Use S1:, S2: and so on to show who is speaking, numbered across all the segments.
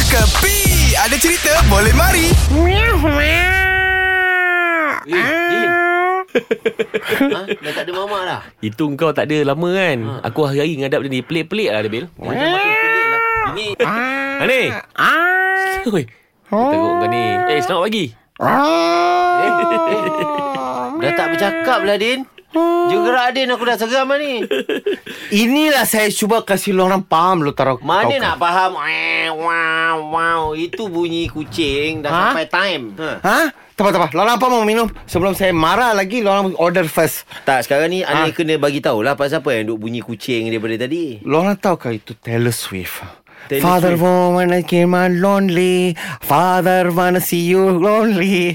S1: Kepi Ada cerita boleh mari
S2: Eh, Din. ha? Dah tak ada mama dah.
S3: Itu kau tak ada lama kan ha. Aku hari-hari ngadap benda ni Pelik-pelik lah Nabil
S2: Dia Macam makin pelik lah. Ini
S3: Ha ni Oi Teruk kau ni Eh selamat pagi
S4: Eh.
S2: dah tak bercakap lah, Din.
S4: Hmm.
S2: Jegerak, Din. Aku dah seram lah ni.
S4: Inilah saya cuba kasih lu orang faham lu taruh
S2: Mana nak
S4: tahu
S2: faham? Eh, Wow, wow. Itu bunyi kucing. Dah
S4: Ha?
S2: sampai time. Ha.
S4: kan? Ha? Tapa-tapa. Lu orang apa mau minum? Sebelum saya marah lagi, lu orang order first.
S2: Tak, sekarang ni
S4: Ha?
S2: ha? kena bagi tahu lah pasal apa yang duk bunyi kucing daripada tadi.
S4: Lu orang tahu ke itu Taylor Swift?
S2: Taylor
S4: Father
S2: Swift.
S4: woman I came out lonely Father wanna see you lonely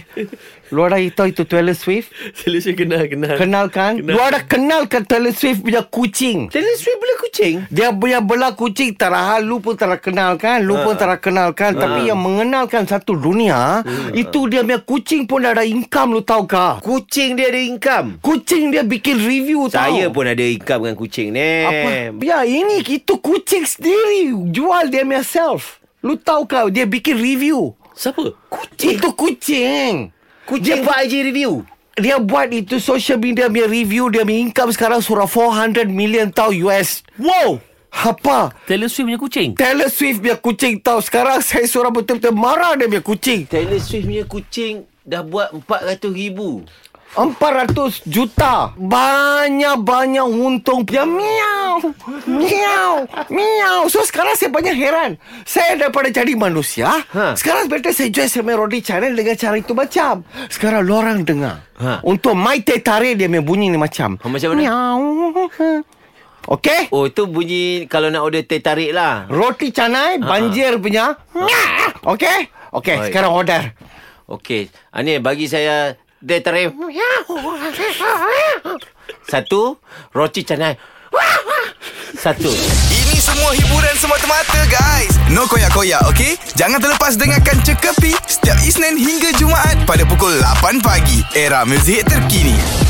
S4: Lu orang itu itu Taylor Swift
S3: Solution kenal kenal
S4: Kenal kan?
S3: Kenal.
S4: Lu orang kenal ke Taylor Swift punya kucing?
S2: Taylor Swift boleh kucing?
S4: Dia punya belah kucing terahal Lu pun terkenalkan Lu
S2: Ah.
S4: pun terkenalkan Tapi yang mengenalkan satu dunia
S2: Hmm.
S4: Itu dia punya kucing pun ada income Lu tahu kah?
S2: Kucing dia ada income.
S4: Kucing dia bikin review tau
S2: Saya pun Eh. ada income dengan kucing ni.
S4: Apa? Ya ini itu kucing sendiri Jual dia punya self Lu tahu kah dia bikin review
S3: Siapa?
S4: Kucing Itu kucing
S2: Kucing
S4: Dia
S2: buat IG review.
S4: dia buat itu social media punya review dia punya income sekarang surah 400 million tau US. Wow. Apa?
S3: Taylor Swift punya kucing
S4: Taylor Swift punya kucing tau Sekarang saya surah betul-betul marah dia punya kucing
S2: Taylor Swift punya kucing dah buat 400 ribu.
S4: 400 juta Banyak-banyak untung Dia miau Miau Miau So sekarang saya banyak heran Saya daripada jadi manusia
S2: Ha.
S4: ha. Sekarang better saya join sama Rodi Channel Dengan cara itu macam Sekarang lorang dengar
S2: Ha.
S4: ha. Untuk my teh tarik dia punya bunyi ni macam
S2: Ha, macam mana?
S4: Miau Okay
S2: Oh, itu bunyi kalau nak order teh tarik lah.
S4: Roti canai Banjir punya Okay Okay
S2: Baik.
S4: sekarang order
S2: Okey. Ah, ni bagi saya teh tarik. Satu, roti canai. Satu.
S1: Ini semua hiburan semata-mata guys No koyak-koyak ok Jangan terlepas dengarkan Cekapi Setiap Isnin hingga Jumaat Pada pukul 8 pagi Era muzik terkini